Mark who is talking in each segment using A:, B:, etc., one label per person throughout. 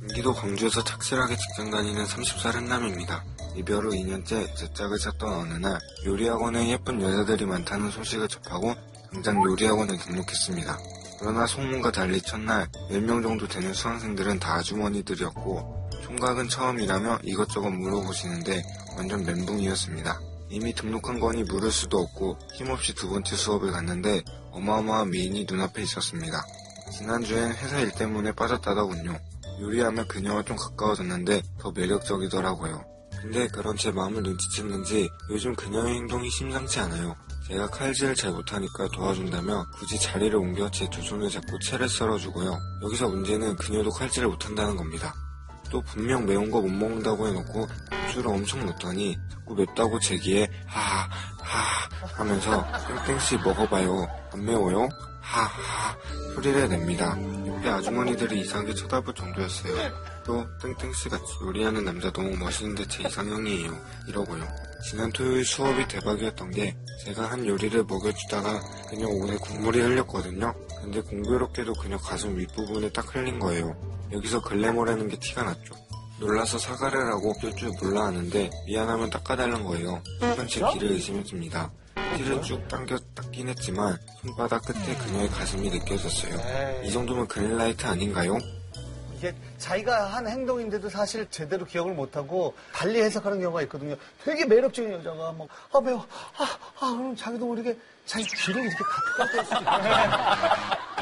A: 경기도 광주에서 착실하게 직장 다니는 30살 한남입니다. 이별 후 2년째 제 짝을 찾던 어느 날 요리학원에 예쁜 여자들이 많다는 소식을 접하고 당장 요리학원에 등록했습니다. 그러나 소문과 달리 첫날 10명 정도 되는 수강생들은 다 아주머니들이었고 총각은 처음이라며 이것저것 물어보시는데 완전 멘붕이었습니다. 이미 등록한 거니 물을 수도 없고 힘없이 두 번째 수업을 갔는데 어마어마한 미인이 눈앞에 있었습니다. 지난주엔 회사 일 때문에 빠졌다더군요. 요리하며 그녀와 좀 가까워졌는데 더 매력적이더라고요. 근데 그런 제 마음을 눈치챘는지 요즘 그녀의 행동이 심상치 않아요. 제가 칼질을 잘 못하니까 도와준다며 굳이 자리를 옮겨 제 두 손을 잡고 채를 썰어주고요. 여기서 문제는 그녀도 칼질을 못한다는 겁니다. 또 분명 매운 거 못 먹는다고 해놓고 고추를 엄청 넣더니 자꾸 맵다고 제 귀에 하하 하 하면서 땡땡씨 먹어봐요 안 매워요 하하 소리를 냅니다 옆에 아주머니들이 이상하게 쳐다볼 정도였어요 또 땡땡씨 같이 요리하는 남자 너무 멋있는데 제 이상형이에요 이러고요 지난 토요일 수업이 대박이었던 게 제가 한 요리를 먹여주다가 그녀 옷에 국물이 흘렸거든요 근데 공교롭게도 그녀 가슴 윗부분에 딱 흘린 거예요 여기서 글래머라는 게 티가 났죠. 놀라서 사과를 하고 어쩔 줄 몰라 하는데 미안하면 닦아달란 거예요. 한제 귀를 의심했습니다. 티를 쭉 당겨 닦긴 했지만 손바닥 끝에 그녀의 가슴이 느껴졌어요. 이
B: 에이,
A: 정도면 그린라이트 아닌가요?
B: 이게 자기가 한 행동인데도 사실 제대로 기억을 못하고 달리 해석하는 경우가 있거든요. 되게 매력적인 여자가 막, 아, 매워. 아, 아, 그럼 자기도 모르게 자기 귀를 이렇게 가까이 수도 있어요.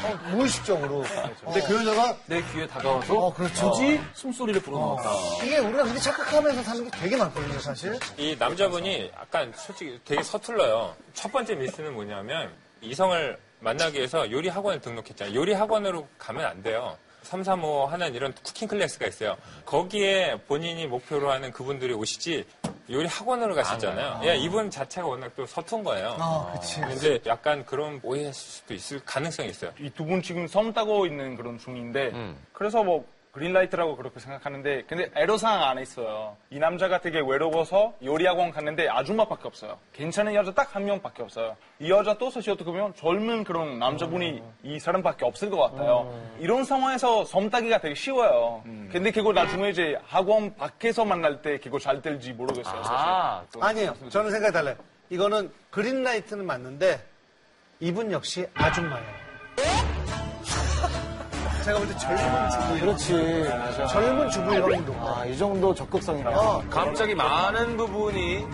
B: 어, 무의식적으로.
C: 근데 그 여자가 내 귀에 다가와서
B: 어, 그렇죠.
C: 굳이 숨소리를 불어넣었다.
B: 이게 우리가 그렇게 착각하면서 사는 게 되게 많거든요, 사실.
D: 이 남자분이 약간 솔직히 되게 서툴러요. 첫 번째 미스는 뭐냐면 이성을 만나기 위해서 요리 학원에 등록했잖아요. 요리 학원으로 가면 안 돼요. 335 하는 이런 쿠킹 클래스가 있어요. 거기에 본인이 목표로 하는 그분들이 오시지 요리 학원으로 가시잖아요. 예, 이분 자체가 워낙 또 서툰 거예요.
B: 아, 그치.
D: 근데 약간 그런 오해했을 수도 있을 가능성이 있어요.
E: 이 두 분 지금 썸 따고 있는 그런 중인데 그래서 뭐 그린라이트라고 그렇게 생각하는데 근데 애로사항 안 했어요. 이 남자가 되게 외로워서 요리학원 갔는데 아줌마밖에 없어요. 괜찮은 여자 딱 한 명밖에 없어요. 이 여자 또 서시어도 보면 젊은 그런 남자분이 이 사람밖에 없을 것 같아요. 이런 상황에서 썸 따기가 되게 쉬워요.
C: 음.
E: 근데 그거 나중에 이제 학원 밖에서 만날 때 그거 잘 될지 모르겠어요. 사실.
C: 아, 또
B: 아니에요. 저는 생각이 달라요. 이거는 그린라이트는 맞는데 이분 역시 아줌마예요. 제가 볼 때 젊은 주부 그렇지 젊은 주부 이런 행동.
F: 이 정도 적극성이라.
B: 어.
C: 갑자기 많은 부분이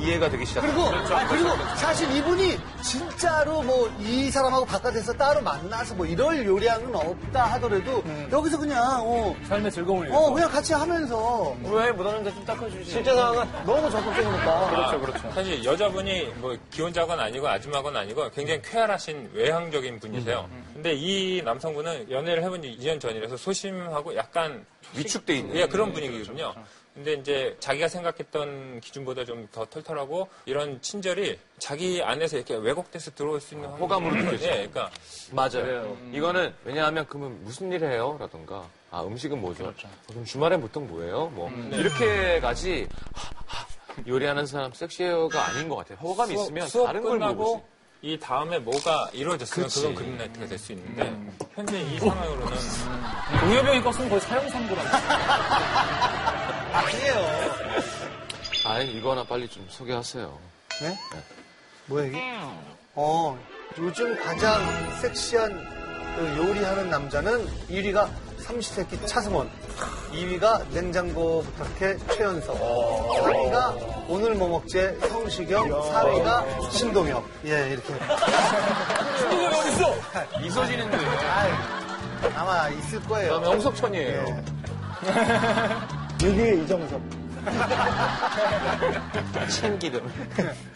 C: 이해가 되기 시작해요. 그렇죠.
B: 그리고 아, 그리고 사실 이분이 진짜로 뭐 이 사람하고 바깥에서 따로 만나서 뭐 이럴 요리하는 없다 하더라도 여기서 그냥 어,
C: 삶의 즐거움을
B: 어 그냥 같이 하면서
C: 왜 묻었는데 좀 닦아주지?
B: 실제 상황은 너무 적극적이니까
C: 그렇죠, 그렇죠.
D: 사실 여자분이 뭐 기혼자건 아니고 아줌마건 아니고 굉장히 쾌활하신 외향적인
C: 음,
D: 분이세요. 근데 이 남성분은 연애를 해본 지 2년 전이라서 소심하고 약간
C: 위축돼 있는.
D: 예, 그런
C: 그렇죠,
D: 분위기거든요. 근데 이제 자기가 생각했던 기준보다 좀 더 털털하고 이런 친절이 자기 안에서 이렇게 왜곡돼서 들어올 수
C: 아,
D: 있는
G: 호감으로
D: 환경이-
G: 느껴져요.
D: 예, 그러니까
G: 맞아요.
D: 음.
G: 이거는 왜냐하면 그러면 무슨 일 해요? 라던가 아 음식은 뭐죠?
D: 그렇죠.
G: 어, 그럼 주말엔 보통 뭐예요? 뭐
D: 음.
G: 이렇게 가지 하, 하, 요리하는 사람 섹시해요가 아닌 것 같아요. 허감이
D: 수업-
G: 있으면
D: 수업
G: 다른 걸 보고
D: 끝나고 이 다음에 뭐가 이루어졌으면 그건 그린라이트가 될 수 있는데 현재 이 상황으로는
C: 음. 동여병이 껐으면 거의 사형선고라.
B: 아니에요
G: 싶어요. 아 이거 하나 빨리 좀 소개하세요.
B: 네? 뭐야 이게?
G: 음.
B: 어, 요즘 가장 섹시한 그 요리하는 남자는 1위가 삼시세끼 차승원, 2위가 냉장고 부탁해 최연석, 3위가 오늘 뭐 먹재 성시경, 4위가 신동엽. 예, 이렇게.
C: 있어지는 거예요.
B: 아이, 아마 있을 거예요.
G: 그다음에 홍석천이에요.
D: 네.
F: 여기 이정석.
G: 아, 참기름.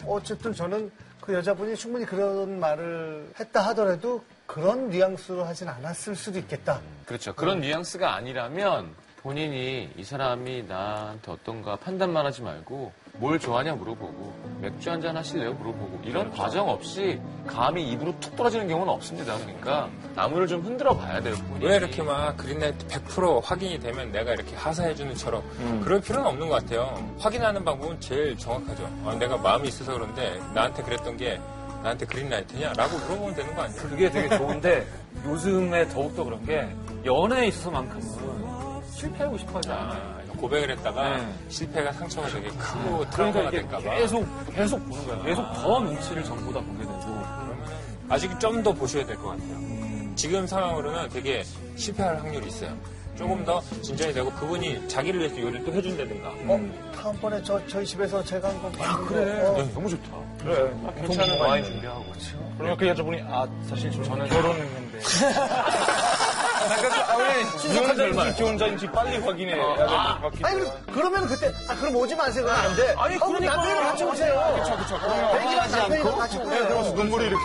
B: 어쨌든 저는 그 여자분이 충분히 그런 말을 했다 하더라도 그런 뉘앙스로 하진 않았을 수도 있겠다.
G: 그렇죠. 그런 뉘앙스가 아니라면 본인이 이 사람이 나한테 어떤가 판단만 하지 말고 뭘 좋아하냐 물어보고 맥주 한잔 하실래요 물어보고 이런
C: 그렇죠.
G: 과정 없이 감이 입으로 툭 떨어지는 경우는 없습니다. 그러니까 나무를 좀 흔들어 봐야 돼요. 본인이.
D: 왜 이렇게 막 그린라이트 100% 확인이 되면 내가 이렇게 하사해주는 처럼
C: 음.
D: 그럴 필요는 없는 것 같아요. 확인하는 방법은 제일 정확하죠. 아, 내가 마음이 있어서 그런데 나한테 그랬던 게 나한테 그린라이트냐? 라고 물어보면 되는 거 아니에요?
C: 그게 되게 좋은데 요즘에 더욱더 그런 게 연애에 있어서만큼은
D: 실패하고 싶어 하지 않아요. 고백을 했다가
C: 네.
D: 실패가 상처가 되게 크고 트라우마가 될까봐.
C: 아, 그러니까 계속, 계속 보는 거야. 계속 더 눈치를 전보다 보게 되고.
D: 아직 좀 더 보셔야 될 것 같아요.
C: 음.
D: 지금 상황으로는 되게 실패할 확률이 있어요. 조금 더 진전이 되고 그분이 자기를 위해서 요리를 또 해준다든가.
B: 어, 다음번에 저, 저희 집에서 제가 한번 어. 야, 아, 그래.
D: 너무 좋다.
E: 그래. 아, 괜찮은 와인 준비하고. 그러면 그 여자분이, 아, 사실 저- 저는 결혼했는데. 아, 우리 신속한 자인지 기혼자인지 빨리 확인해. 야 되기
B: 아니,
E: 때문에.
B: 그럼- 그러면 그때, 아, 그럼 오지 마세요. 그건 안 돼.
E: 아니,
B: 어, 그럼
E: 그러니까.
B: 남편이랑 같이 오세요. 아, 네, 그쵸, 그쵸. 애기랑 남편이랑 같이 오세요.
E: 눈물이 이렇게.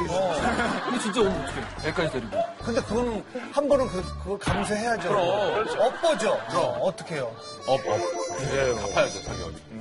C: 근데 진짜 오늘 어떻게 여기까지 데리고.
B: 근데 그건, 한 번은 그, 그걸 감수해야죠. 그럼. 업보죠. 그럼. 어떻게 해요?
C: 네.
G: 업, 업. 갚아야죠, 자기 어디.